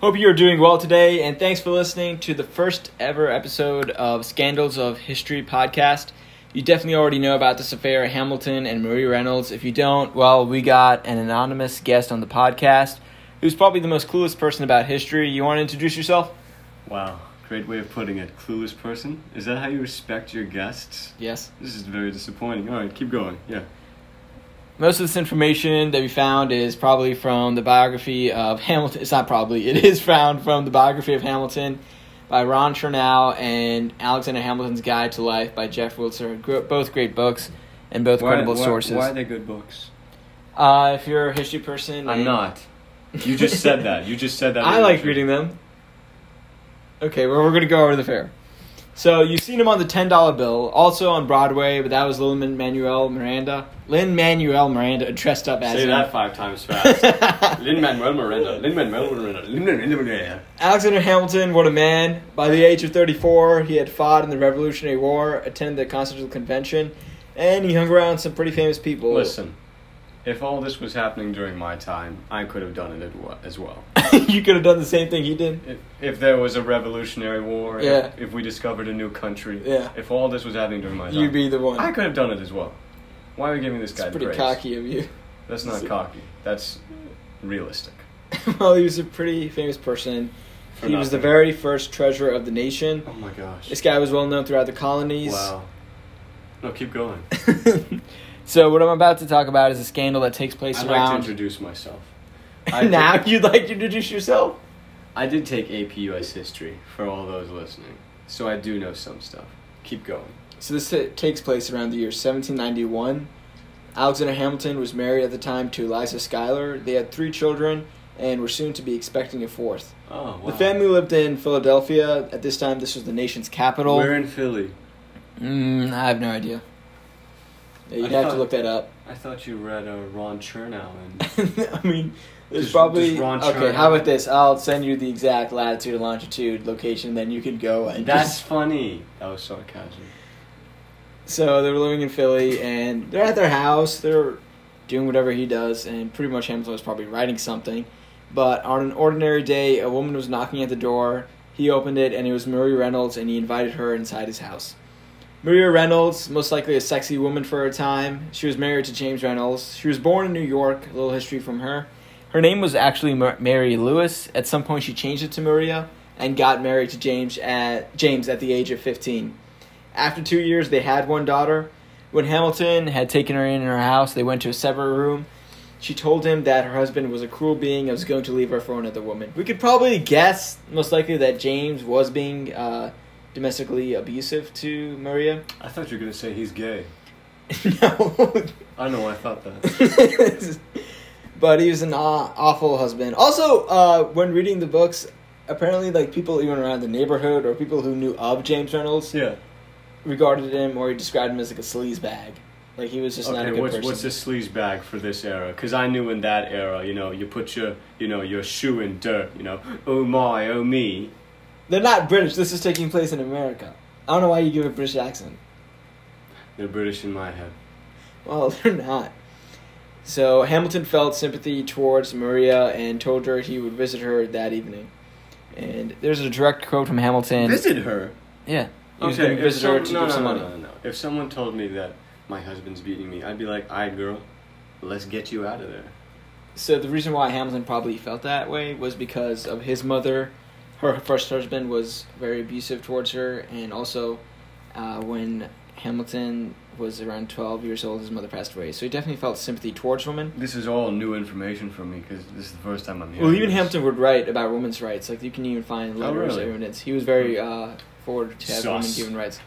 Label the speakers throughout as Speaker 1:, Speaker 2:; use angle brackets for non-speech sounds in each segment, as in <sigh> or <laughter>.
Speaker 1: Hope you are doing well today, and thanks for listening to the first ever episode of Scandals of History podcast. You definitely already know about this affair, Hamilton and Marie Reynolds. If you don't, well, we got an anonymous guest on the podcast who's probably the most clueless person about history. You want to introduce yourself?
Speaker 2: Wow, great way of putting it. Clueless person? Is that how you respect your guests?
Speaker 1: Yes.
Speaker 2: This is very disappointing. All right, keep going. Yeah.
Speaker 1: Most of this information that we found is probably from the biography of Hamilton. It's not probably, it is found from the biography of Hamilton by Ron Chernow and Alexander Hamilton's Guide to Life by Jeff Wiltzer. Gr- Both great books and both credible sources.
Speaker 2: Why are they good books?
Speaker 1: Uh, if you're a history person, and-
Speaker 2: You just said that. You just said that.
Speaker 1: <laughs> I like reading them. Okay, well, we're going to go over the fair. So you've seen him on the ten dollar bill, also on Broadway, but that was Lin Manuel Miranda. Lin Manuel Miranda dressed up as
Speaker 2: Say
Speaker 1: him.
Speaker 2: that five times fast.
Speaker 1: <laughs>
Speaker 2: Lin Manuel Miranda. Lin Manuel Miranda. Lin Manuel Miranda.
Speaker 1: Alexander Hamilton, what a man. By the age of 34, he had fought in the Revolutionary War, attended the Constitutional Convention, and he hung around some pretty famous people.
Speaker 2: Listen, if all this was happening during my time, I could have done it at wa- as well.
Speaker 1: <laughs> you could have done the same thing he did.
Speaker 2: If, if there was a revolutionary war,
Speaker 1: Yeah.
Speaker 2: if, if we discovered a new country,
Speaker 1: Yeah.
Speaker 2: if all this was happening during my time,
Speaker 1: You'd be the one.
Speaker 2: I could have done it as well. Why are we giving this guy
Speaker 1: It's pretty
Speaker 2: praise?
Speaker 1: cocky of you. <laughs>
Speaker 2: That's not cocky. That's realistic.
Speaker 1: well, he was a pretty famous person.
Speaker 2: For
Speaker 1: he was the
Speaker 2: nothing.
Speaker 1: very first treasurer of the nation.
Speaker 2: Oh my gosh.
Speaker 1: This guy was well known throughout the colonies.
Speaker 2: wow. No, keep going.
Speaker 1: so what I'm about to talk about is a scandal that takes place
Speaker 2: I'd like to
Speaker 1: around. <laughs>
Speaker 2: introduce myself.
Speaker 1: now
Speaker 2: did,
Speaker 1: you'd like to introduce yourself.
Speaker 2: I did take AP US history for all those listening, so I do know some stuff. Keep going.
Speaker 1: So this t- takes place around the year 1791. Alexander Hamilton was married at the time to Eliza Schuyler. They had three children and were soon to be expecting a fourth.
Speaker 2: Oh wow.
Speaker 1: The family lived in Philadelphia. At this time, this was the nation's capital.
Speaker 2: We're in Philly.
Speaker 1: Mm, I have no idea. Yeah, you'd
Speaker 2: I
Speaker 1: have to
Speaker 2: thought-
Speaker 1: look that up. <laughs>
Speaker 2: I thought you read uh, Ron Chernow and
Speaker 1: I mean, there's
Speaker 2: Does-
Speaker 1: probably
Speaker 2: does Ron
Speaker 1: okay.
Speaker 2: Charnow-
Speaker 1: How about this? I'll send you the exact latitude and longitude location. Then you could go and
Speaker 2: That's
Speaker 1: just-
Speaker 2: funny. That was sarcasm.
Speaker 1: So they were living in Philly, and they're at their house. They're doing whatever he does, and pretty much Hamilton was probably writing something. But on an ordinary day, a woman was knocking at the door. He opened it, and it was Maria Reynolds, and he invited her inside his house. Maria Reynolds, most likely a sexy woman for her time, she was married to James Reynolds. She was born in New York. A little history from her. Her name was actually Mar- Mary Lewis. At some point, she changed it to Maria and got married to James at James at the age of fifteen. After two years, they had one daughter. When Hamilton had taken her in her house, they went to a separate room. She told him that her husband was a cruel being and was going to leave her for another woman. We could probably guess, most likely, that James was being uh, domestically abusive to Maria. <laughs>
Speaker 2: I thought you were gonna say he's gay.
Speaker 1: no.
Speaker 2: I know. I
Speaker 1: <laughs>
Speaker 2: thought that.
Speaker 1: but he was an aw- awful husband. Also, uh, when reading the books, apparently, like people even around the neighborhood or people who knew of James Reynolds
Speaker 2: yeah.
Speaker 1: regarded him or he described him as like a sleaze bag. Like he was just not a
Speaker 2: Okay,
Speaker 1: good
Speaker 2: what's
Speaker 1: person.
Speaker 2: what's a sleaze bag for this era? Because I knew in that era, you know, you put your you know your shoe in dirt, you know, oh my, oh me.
Speaker 1: They're not British. This is taking place in America. I don't know why you give a British accent. <laughs>
Speaker 2: They're British in my head.
Speaker 1: Well, they're not. So Hamilton felt sympathy towards Maria and told her he would visit her that evening. And there's a direct quote from Hamilton.
Speaker 2: Visit her.
Speaker 1: Yeah. He was
Speaker 2: Okay,
Speaker 1: going to
Speaker 2: if
Speaker 1: visit her
Speaker 2: some-
Speaker 1: to
Speaker 2: no,
Speaker 1: give
Speaker 2: no,
Speaker 1: some
Speaker 2: no,
Speaker 1: money.
Speaker 2: no, no, no. If someone told me that my husband's beating me, I'd be like, "All right, girl, let's get you out of there."
Speaker 1: So the reason why Hamilton probably felt that way was because of his mother. Her first husband was very abusive towards her, and also uh, when Hamilton was around 12 years old, his mother passed away. So he definitely felt sympathy towards women.
Speaker 2: This is all new information for me because this is the first time I'm here.
Speaker 1: Well, even Hamilton would write about women's rights. Like you can even find
Speaker 2: Oh,
Speaker 1: letters,
Speaker 2: really?
Speaker 1: evidence. He was very uh, forward to have women
Speaker 2: Sus.
Speaker 1: given rights.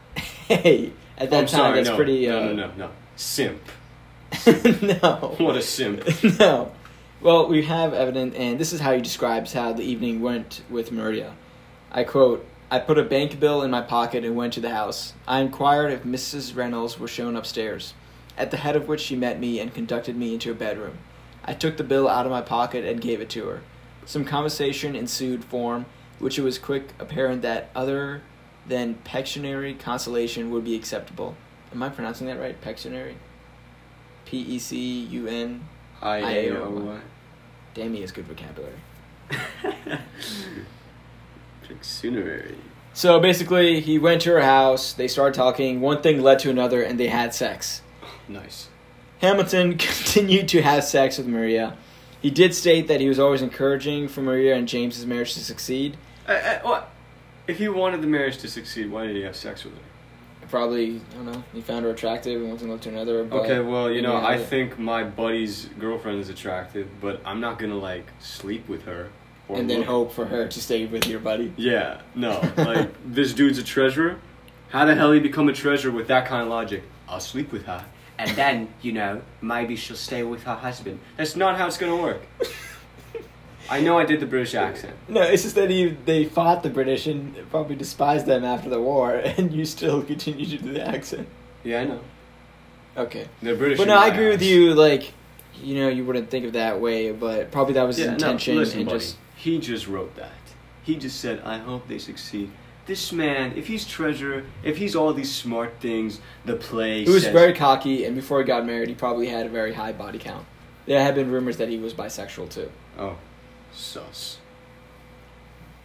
Speaker 1: <laughs> hey, at that time, that's
Speaker 2: Oh, no,
Speaker 1: pretty.
Speaker 2: No,
Speaker 1: Uh,
Speaker 2: no, no, no.
Speaker 1: <laughs>
Speaker 2: Simp.
Speaker 1: no.
Speaker 2: What a simp.
Speaker 1: <laughs> no. Well, we have evidence, and this is how he describes how the evening went with Maria. I quote, I put a bank bill in my pocket and went to the house. I inquired if Mrs. Reynolds were shown upstairs, at the head of which she met me and conducted me into a bedroom. I took the bill out of my pocket and gave it to her. Some conversation ensued form, which it was quick apparent that other than pecuniary consolation would be acceptable. Am I pronouncing that right? Pecuniary? P E C U N
Speaker 2: I
Speaker 1: I-
Speaker 2: O Y.
Speaker 1: Damn, he has good vocabulary.
Speaker 2: Scenery.
Speaker 1: So basically, he went to her house. They started talking. One thing led to another, and they had sex.
Speaker 2: Nice.
Speaker 1: Hamilton <laughs> continued to have sex with Maria. He did state that he was always encouraging for Maria and James's marriage to succeed.
Speaker 2: Uh, uh, what? If he wanted the marriage to succeed, why did he have sex with her?
Speaker 1: Probably, I don't know. He found her attractive and one thing led to another. But
Speaker 2: Okay, well, you know,
Speaker 1: Yeah.
Speaker 2: I think my buddy's girlfriend is attractive, but I'm not gonna like sleep with her. Or
Speaker 1: and then
Speaker 2: look-
Speaker 1: hope for her to stay with your buddy.
Speaker 2: Yeah, no. Like
Speaker 1: <laughs>
Speaker 2: this dude's a treasurer. How the hell he become a treasurer with that kind of logic? I'll sleep with her, and then you know maybe she'll stay with her husband. That's not how it's gonna work. I know I did the British accent.
Speaker 1: <laughs> No, it's just that he they fought the British and probably despised them after the war, <laughs> and you still continue to do the accent.
Speaker 2: Yeah, I know.
Speaker 1: Okay,
Speaker 2: The British.
Speaker 1: but
Speaker 2: are
Speaker 1: no,
Speaker 2: my
Speaker 1: I agree with
Speaker 2: ass.
Speaker 1: you. Like, you know, you wouldn't think of that way, but probably that was his
Speaker 2: Yeah, no,
Speaker 1: intention.
Speaker 2: listen,
Speaker 1: and
Speaker 2: buddy.
Speaker 1: just
Speaker 2: He just wrote that. He just said, "I hope they succeed." This man, if he's treasurer, if he's all these smart things, the play.
Speaker 1: he was
Speaker 2: says-
Speaker 1: very cocky, and before he got married, he probably had a very high body count. There had been rumors that he was bisexual too.
Speaker 2: Oh, sus.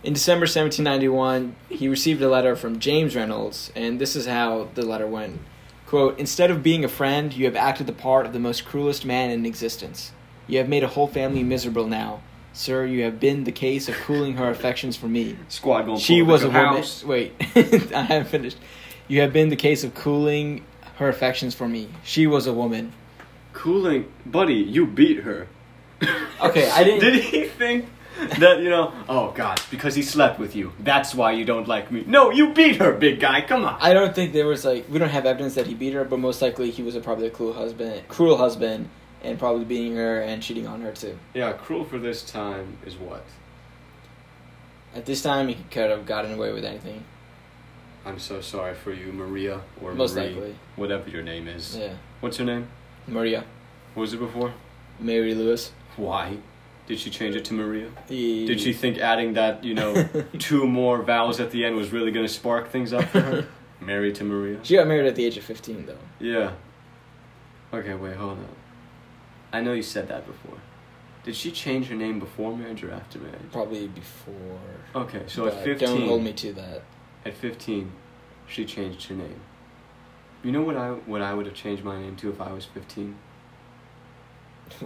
Speaker 1: In December 1791, he received a letter from James Reynolds, and this is how the letter went. Quote, Instead of being a friend, you have acted the part of the most cruelest man in existence. You have made a whole family miserable now. Sir, you have been the case of cooling her affections for me.
Speaker 2: Squad going.
Speaker 1: She was a woman.
Speaker 2: house.
Speaker 1: Wait, <laughs> I haven't finished. You have been the case of cooling her affections for me. She was a woman.
Speaker 2: Cooling, buddy. You beat her.
Speaker 1: Okay, I didn't-
Speaker 2: Did he think that you know? Oh God, because he slept with you. That's why you don't like me. No, you beat her, big guy. Come on.
Speaker 1: I don't think there was like we don't have evidence that he beat her, but most likely he was a probably a cruel husband, cruel husband, and probably beating her and cheating on her too.
Speaker 2: yeah, cruel for this time is what?
Speaker 1: At this time, he could have gotten away with anything,
Speaker 2: I'm so sorry for you, Maria or
Speaker 1: most
Speaker 2: Marie,
Speaker 1: likely.
Speaker 2: whatever your name is.
Speaker 1: Yeah,
Speaker 2: What's her name?
Speaker 1: Maria,
Speaker 2: What was it before?
Speaker 1: Mary Lewis.
Speaker 2: Why? Did she change it to Maria?
Speaker 1: He-
Speaker 2: Did she think adding that, you <laughs> know, two more vowels at the end was really going to spark things up for <laughs> her? Married to Maria?
Speaker 1: She got married at the age of fifteen, though.
Speaker 2: Yeah. Okay, wait, hold on. I know you said that before. Did she change her name before marriage or after marriage?
Speaker 1: Probably before.
Speaker 2: Okay, so
Speaker 1: but
Speaker 2: at 15.
Speaker 1: Uh, Don't hold me to that. <laughs>
Speaker 2: At 15, she changed her name. You know what I what I would have changed my name to if I was 15?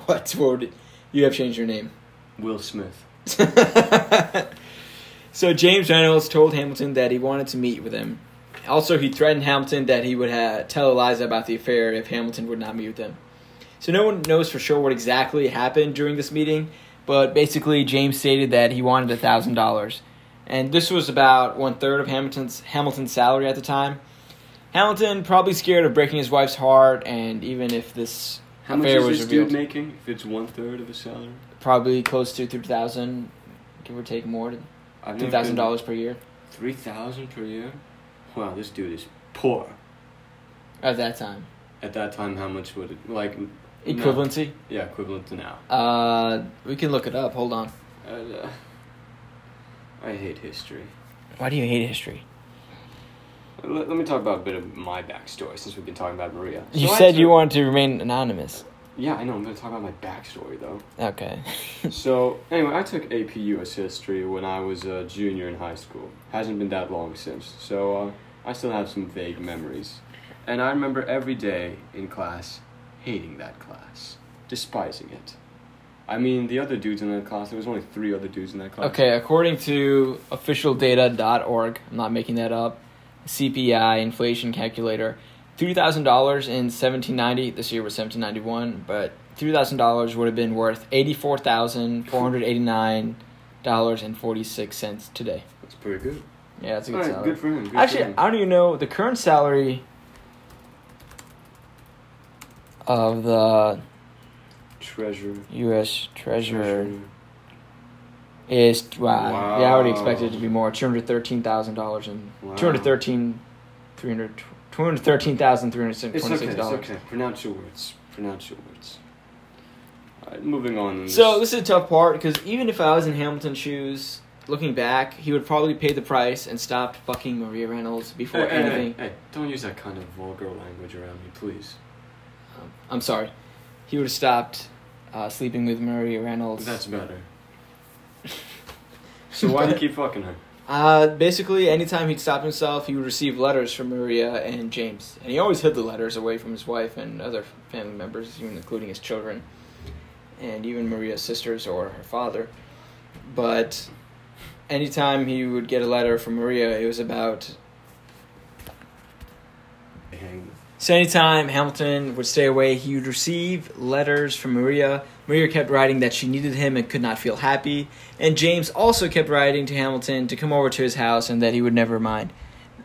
Speaker 1: What? What would you have changed your name?
Speaker 2: Will Smith.
Speaker 1: so James Reynolds told Hamilton that he wanted to meet with him. Also, he threatened Hamilton that he would ha- tell Eliza about the affair if Hamilton would not meet with him. So no one knows for sure what exactly happened during this meeting, but basically James stated that he wanted thousand dollars, and this was about one third of Hamilton's Hamilton's salary at the time. Hamilton probably scared of breaking his wife's heart, and even if this
Speaker 2: How much
Speaker 1: affair
Speaker 2: is
Speaker 1: was
Speaker 2: this
Speaker 1: revealed,
Speaker 2: dude making? If it's one third of a salary,
Speaker 1: probably close to three thousand, give or take more,
Speaker 2: I've
Speaker 1: two
Speaker 2: never
Speaker 1: thousand
Speaker 2: been-
Speaker 1: dollars per year.
Speaker 2: Three thousand per year? Wow, this dude is poor.
Speaker 1: At that time.
Speaker 2: At that time, how much would it like? m- No.
Speaker 1: Equivalency?
Speaker 2: Yeah, equivalent to now.
Speaker 1: Uh, we can look it up. Hold on.
Speaker 2: Uh, uh, I hate history.
Speaker 1: Why do you hate history?
Speaker 2: L- let me talk about a bit of my backstory since we've been talking about Maria.
Speaker 1: You
Speaker 2: So I
Speaker 1: said you
Speaker 2: took-
Speaker 1: wanted to remain anonymous.
Speaker 2: Yeah, I know. I'm gonna talk about my backstory though.
Speaker 1: Okay.
Speaker 2: so anyway, I took AP US History when I was a junior in high school. Hasn't been that long since, so uh, I still have some vague memories. And I remember every day in class hating that class, despising it. I mean, the other dudes in that class. There was only three other dudes in that
Speaker 1: <laughs>
Speaker 2: class.
Speaker 1: Okay, according to officialdata.org, I'm not making that up, CPI inflation calculator, $3,000 in 1790, this year was 1791, but $3,000 would have been worth $84,489.46 today.
Speaker 2: that's pretty good.
Speaker 1: Yeah, that's a good
Speaker 2: Alright,
Speaker 1: salary.
Speaker 2: good for him. Good for
Speaker 1: Actually,
Speaker 2: him.
Speaker 1: I don't even know the current salary of the
Speaker 2: treasure.
Speaker 1: U.S. Treasurer is wow. Yeah, I would expect it to be more two hundred thirteen thousand dollars and
Speaker 2: Wow.
Speaker 1: two hundred thirteen, three hundred two hundred thirteen thousand three hundred
Speaker 2: It's okay.
Speaker 1: twenty-six
Speaker 2: It's
Speaker 1: dollars.
Speaker 2: okay. Pronounce your words. Pronounce your words. Alright, moving on.
Speaker 1: So this is a tough part because even if I was in Hamilton's shoes, looking back, he would probably pay the price and stop fucking Maria Reynolds before
Speaker 2: Hey, hey,
Speaker 1: anything.
Speaker 2: Hey, hey, don't use that kind of vulgar language around me, please.
Speaker 1: Um, I'm sorry, he would have stopped uh, sleeping with Maria Reynolds.
Speaker 2: That's better. So why do you keep fucking her?
Speaker 1: Uh, basically, anytime he'd stop himself, he would receive letters from Maria and James, and he always hid the letters away from his wife and other family members, even including his children, and even Maria's sisters or her father. But anytime he would get a letter from Maria, it was about.
Speaker 2: Hang.
Speaker 1: So anytime Hamilton would stay away, he would receive letters from Maria. Maria kept writing that she needed him and could not feel happy, and James also kept writing to Hamilton to come over to his house and that he would never mind.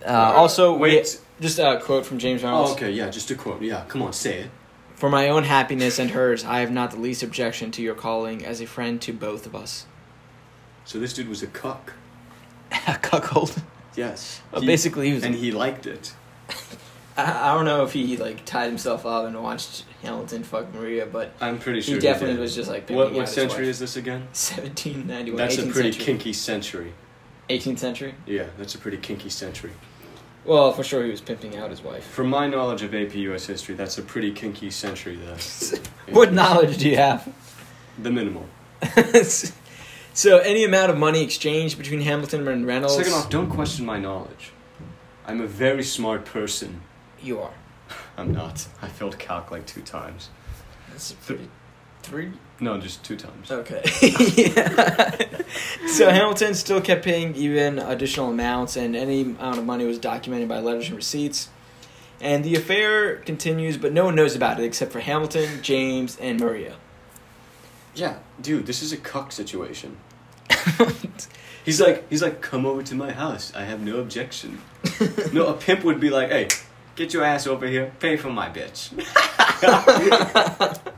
Speaker 1: Uh, also,
Speaker 2: Wait.
Speaker 1: just a quote from James Reynolds.
Speaker 2: Oh, okay, yeah, just a quote. Yeah, come on, say it.
Speaker 1: For my own happiness and hers, I have not the least objection to your calling as a friend to both of us.
Speaker 2: So this dude was a cuck.
Speaker 1: a <laughs> cuckold.
Speaker 2: Yes. Uh,
Speaker 1: Well,
Speaker 2: He-
Speaker 1: <laughs> basically, he was.
Speaker 2: And he liked it.
Speaker 1: I, I don't know if he like tied himself up and watched Hamilton fuck Maria, but
Speaker 2: I'm pretty
Speaker 1: he
Speaker 2: sure
Speaker 1: definitely
Speaker 2: did.
Speaker 1: was just like picking
Speaker 2: What,
Speaker 1: out
Speaker 2: what
Speaker 1: his
Speaker 2: century
Speaker 1: wife.
Speaker 2: is this again?
Speaker 1: 1791.
Speaker 2: That's a
Speaker 1: 18th
Speaker 2: pretty
Speaker 1: century.
Speaker 2: kinky century.
Speaker 1: 18th century.
Speaker 2: Yeah, that's a pretty kinky century.
Speaker 1: Well, for sure he was pimping out his wife.
Speaker 2: From my knowledge of AP US history, that's a pretty kinky century, <laughs> though.
Speaker 1: what knowledge do you have? <laughs>
Speaker 2: The minimal.
Speaker 1: so any amount of money exchanged between Hamilton and Reynolds,
Speaker 2: Second off, don't question my knowledge. I'm a very smart person.
Speaker 1: you are.
Speaker 2: I'm not. I failed calc like two times.
Speaker 1: That's pretty. Three.
Speaker 2: No, just two times.
Speaker 1: Okay. <laughs> so Hamilton still kept paying even additional amounts, and any amount of money was documented by letters and receipts. And the affair continues, but no one knows about it except for Hamilton, James, and Maria.
Speaker 2: Yeah, dude, this is a
Speaker 1: <laughs>
Speaker 2: cuck situation. He's like, he's like, come over to my house. I have
Speaker 1: <laughs>
Speaker 2: no objection. no, a pimp would be like, hey, get your ass over here. Pay for my bitch. <laughs>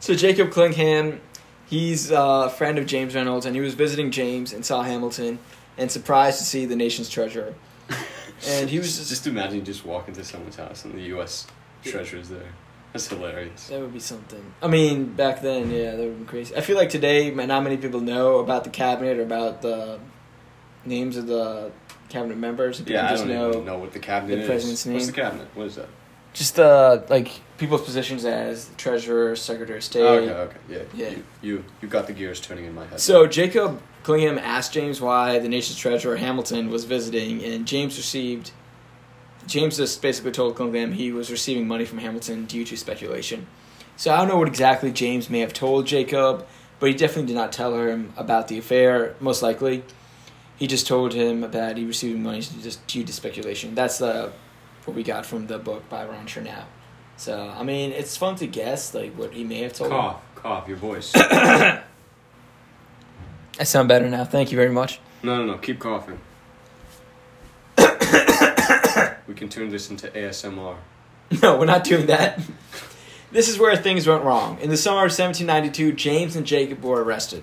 Speaker 1: So Jacob Clingham, he's a friend of James Reynolds, and he was visiting James and saw Hamilton, and surprised to see the nation's
Speaker 2: <laughs>
Speaker 1: treasurer. And he was just
Speaker 2: just imagine just walking to someone's house and the U.S. treasurer's there. That's hilarious.
Speaker 1: That would be something. I mean, back then, yeah, that would be crazy. I feel like today, ma- not many people know about the cabinet or about the names of the cabinet members. People
Speaker 2: Yeah, I
Speaker 1: just
Speaker 2: don't
Speaker 1: know,
Speaker 2: even know what the cabinet
Speaker 1: the
Speaker 2: is.
Speaker 1: president's
Speaker 2: What's the
Speaker 1: name.
Speaker 2: cabinet? What is that?
Speaker 1: just the like people's positions as treasurer, secretary of state.
Speaker 2: Oh, okay, okay, yeah.
Speaker 1: Yeah.
Speaker 2: You, you you got the gears turning in my head.
Speaker 1: So Jacob Cunningham asked James why the nation's treasurer Hamilton was visiting, and James received. James just basically told Cunningham he was receiving money from Hamilton due to speculation. So I don't know what exactly James may have told Jacob, but he definitely did not tell him about the affair. Most likely, he just told him about he receiving money just due to speculation. That's the what we got from the book by Ron Chernow. So I mean, it's fun to guess like what he may have told. him.
Speaker 2: cough, cough,
Speaker 1: <coughs>
Speaker 2: your voice.
Speaker 1: I sound better now. Thank you very much.
Speaker 2: No, no, no. Keep coughing. we can turn this into ASMR.
Speaker 1: <laughs> No, we're not doing that. This is where things went wrong. In the summer of 1792, James and Jacob were arrested.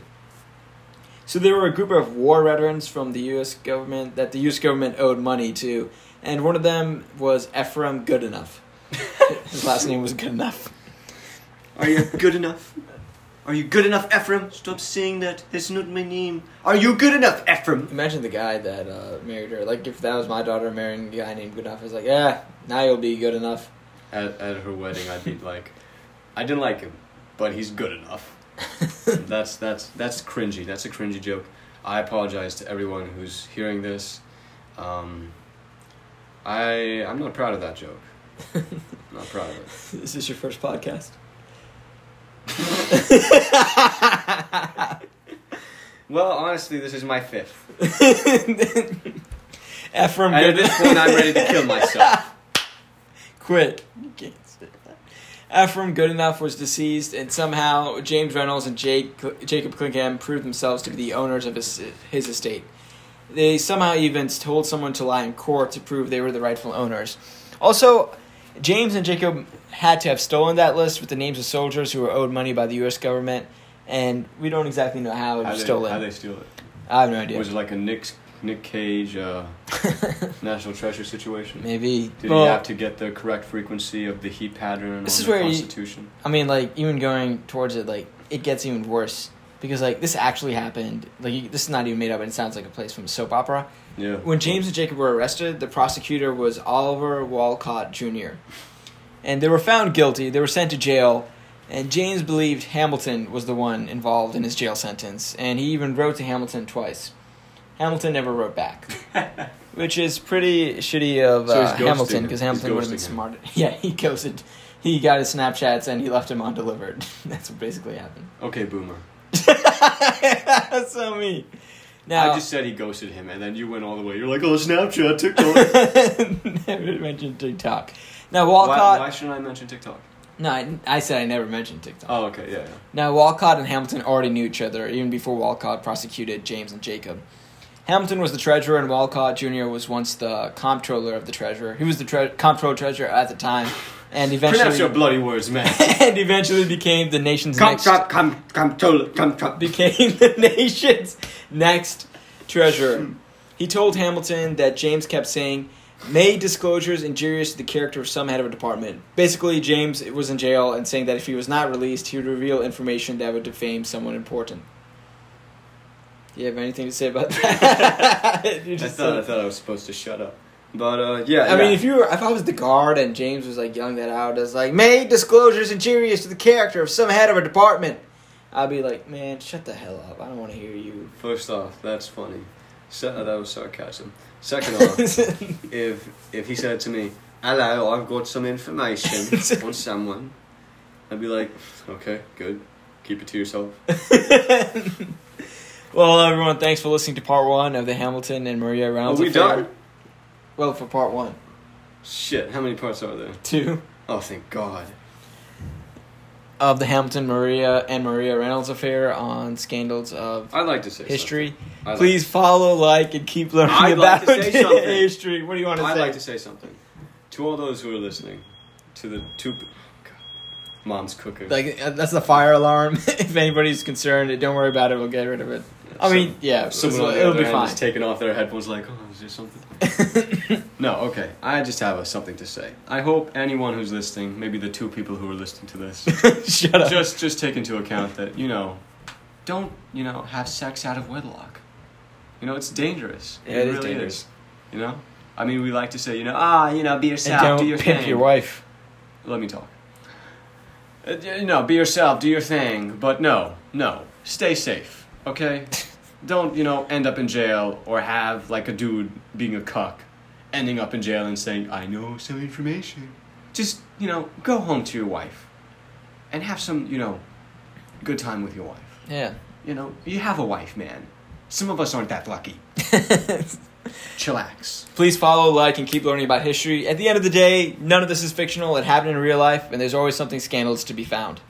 Speaker 1: So they were a group of war veterans from the U.S. government that the U.S. government owed money to, and one of them was Ephraim <laughs> Goodenough. His last name was Goodenough.
Speaker 2: Are you good enough? Are you good enough, Ephraim? Stop saying that. That's not my name. Are you good enough, Ephraim?
Speaker 1: Imagine the guy that uh, married her. Like, if that was my daughter marrying a guy named Goodenough, it's like, yeah, now you'll be good enough.
Speaker 2: At, at her wedding,
Speaker 1: <laughs>
Speaker 2: I'd be like, I didn't like him, but he's good enough. that's that's that's cringy. That's a cringy joke. I apologize to everyone who's hearing this. Um, I I'm not proud of
Speaker 1: <laughs>
Speaker 2: that joke. not proud of it.
Speaker 1: This <laughs> is your first podcast.
Speaker 2: Well, honestly, this is my fifth.
Speaker 1: Ephraim
Speaker 2: And at
Speaker 1: Goodenough.
Speaker 2: this point, I'm ready
Speaker 1: <laughs>
Speaker 2: to kill myself.
Speaker 1: Quit. You can't say that. Ephraim Goodenough was deceased, and somehow James Reynolds and Jake, Jacob Clinkham proved themselves to be the owners of his, his estate. They somehow even told someone to lie in court to prove they were the rightful owners. Also, James and Jacob had to have stolen that list with the names of soldiers who were owed money by the U.S. government, and we don't exactly know how it
Speaker 2: How
Speaker 1: was
Speaker 2: they,
Speaker 1: stolen.
Speaker 2: how they steal it?
Speaker 1: I have no idea.
Speaker 2: Was it like a Nick Nick Cage uh, National Treasure situation?
Speaker 1: Maybe.
Speaker 2: Did
Speaker 1: Well,
Speaker 2: he have to get the correct frequency of the heat pattern
Speaker 1: This
Speaker 2: on
Speaker 1: is
Speaker 2: the
Speaker 1: where you-
Speaker 2: Constitution?
Speaker 1: I mean, like even going towards it, like it gets even worse because like this actually happened. Like you, this is not even made up, and it sounds like a place from a soap opera.
Speaker 2: Yeah.
Speaker 1: When James and Jacob were arrested, the prosecutor was Oliver Walcott Jr. And they were found guilty. They were sent to jail, and James believed Hamilton was the one involved in his jail sentence, and he even wrote to Hamilton twice. Hamilton never wrote
Speaker 2: <laughs>
Speaker 1: back, which is pretty shitty of
Speaker 2: So he's
Speaker 1: uh,
Speaker 2: ghosting
Speaker 1: Hamilton
Speaker 2: him.
Speaker 1: because
Speaker 2: He's
Speaker 1: Hamilton would have been
Speaker 2: ghosting him.
Speaker 1: smarter. <laughs> Yeah, he ghosted. He got his Snapchats and he left him undelivered. <laughs> That's what basically happened. <laughs>
Speaker 2: Okay, boomer.
Speaker 1: That's so mean. Now, <laughs>
Speaker 2: I just said he ghosted him, and then you went all the way. You're like, oh, Snapchat,
Speaker 1: <laughs>
Speaker 2: TikTok.
Speaker 1: never mentioned TikTok. Now
Speaker 2: why,
Speaker 1: Walcott.
Speaker 2: why shouldn't I mention TikTok?
Speaker 1: No, I, I said I never mentioned TikTok.
Speaker 2: Oh, okay, yeah, yeah.
Speaker 1: Now, Walcott and Hamilton already knew each other, even before Walcott prosecuted James and Jacob. Hamilton was the treasurer, and Walcott Jr. was once the comptroller of the treasurer. He was the tre- comptroller treasurer at the time, and <laughs>
Speaker 2: Pronounce your
Speaker 1: eventually,
Speaker 2: bloody words, man.
Speaker 1: and eventually became the nation's
Speaker 2: come,
Speaker 1: next
Speaker 2: trap, come, come, tol- come, trap.
Speaker 1: became <laughs> the nation's next treasurer. He told Hamilton that James kept saying, made disclosures injurious to the character of some head of a department. Basically, James was in jail and saying that if he was not released, he would reveal information that would defame someone important. Do you have anything to say about that? <laughs> You
Speaker 2: I
Speaker 1: just
Speaker 2: thought, I
Speaker 1: said-
Speaker 2: thought I was supposed to shut up. But, uh, yeah.
Speaker 1: I
Speaker 2: yeah.
Speaker 1: mean, if you were, if I was the guard and James was like yelling that out as like made disclosures injurious to the character of some head of a department, I'd be like, man, shut the hell up! I don't want to hear you.
Speaker 2: First off, that's funny. Se- uh, that was sarcasm.
Speaker 1: <laughs>
Speaker 2: Second off, if if he said to me, "Hello, I've got some information
Speaker 1: <laughs>
Speaker 2: on someone," I'd be like, "Okay, good. Keep it to yourself."
Speaker 1: well, everyone, thanks for listening to part one of the Hamilton and Maria
Speaker 2: Are
Speaker 1: Reynolds.
Speaker 2: we
Speaker 1: affair.
Speaker 2: done?
Speaker 1: Well, for part one,
Speaker 2: Shit, how many parts are there?
Speaker 1: two
Speaker 2: Oh, thank God.
Speaker 1: of the Hamilton Maria and Maria Reynolds affair on scandals of
Speaker 2: I'd like to say
Speaker 1: history.
Speaker 2: Something. I'd
Speaker 1: Please follow, like, and keep learning
Speaker 2: I'd like
Speaker 1: about
Speaker 2: to say something.
Speaker 1: history. What do you want
Speaker 2: Like,
Speaker 1: to
Speaker 2: I'd
Speaker 1: say?
Speaker 2: like to say something to all those who are listening. To the two. p- God. Mom's cooking.
Speaker 1: Like uh, that's the fire alarm. <laughs> if anybody's concerned, don't worry about it. We'll get rid of it. I mean, yeah,
Speaker 2: someone
Speaker 1: so
Speaker 2: on the
Speaker 1: it'll
Speaker 2: other
Speaker 1: be
Speaker 2: end
Speaker 1: fine.
Speaker 2: is taking off their headphones, like, "Oh, is there something?" No, okay. I just have a, something to say. I hope anyone who's listening, maybe the two people who are listening to this,
Speaker 1: <laughs> Shut up.
Speaker 2: just just take into account that you know, don't you know have sex out of wedlock. You know it's dangerous.
Speaker 1: Yeah, it is dangerous.
Speaker 2: You know, I mean, we like to say you know ah you know be
Speaker 1: and
Speaker 2: yourself,
Speaker 1: don't
Speaker 2: do your
Speaker 1: pimp
Speaker 2: thing.
Speaker 1: your wife.
Speaker 2: Let me talk. Uh, y- you know, be yourself, do your thing, but no, no, stay safe. Okay, don't you know end up in jail or have like a dude being a cuck, ending up in jail and saying I know some information. Just you know go home to your wife, and have some you know, good time with your wife. <laughs>
Speaker 1: Yeah.
Speaker 2: You know, you have a wife, man. Some of us aren't that lucky. Chillax.
Speaker 1: Please follow, like, and keep learning about history. At the end of the day, none of this is fictional. It happened in real life, and there's always something scandalous to be found.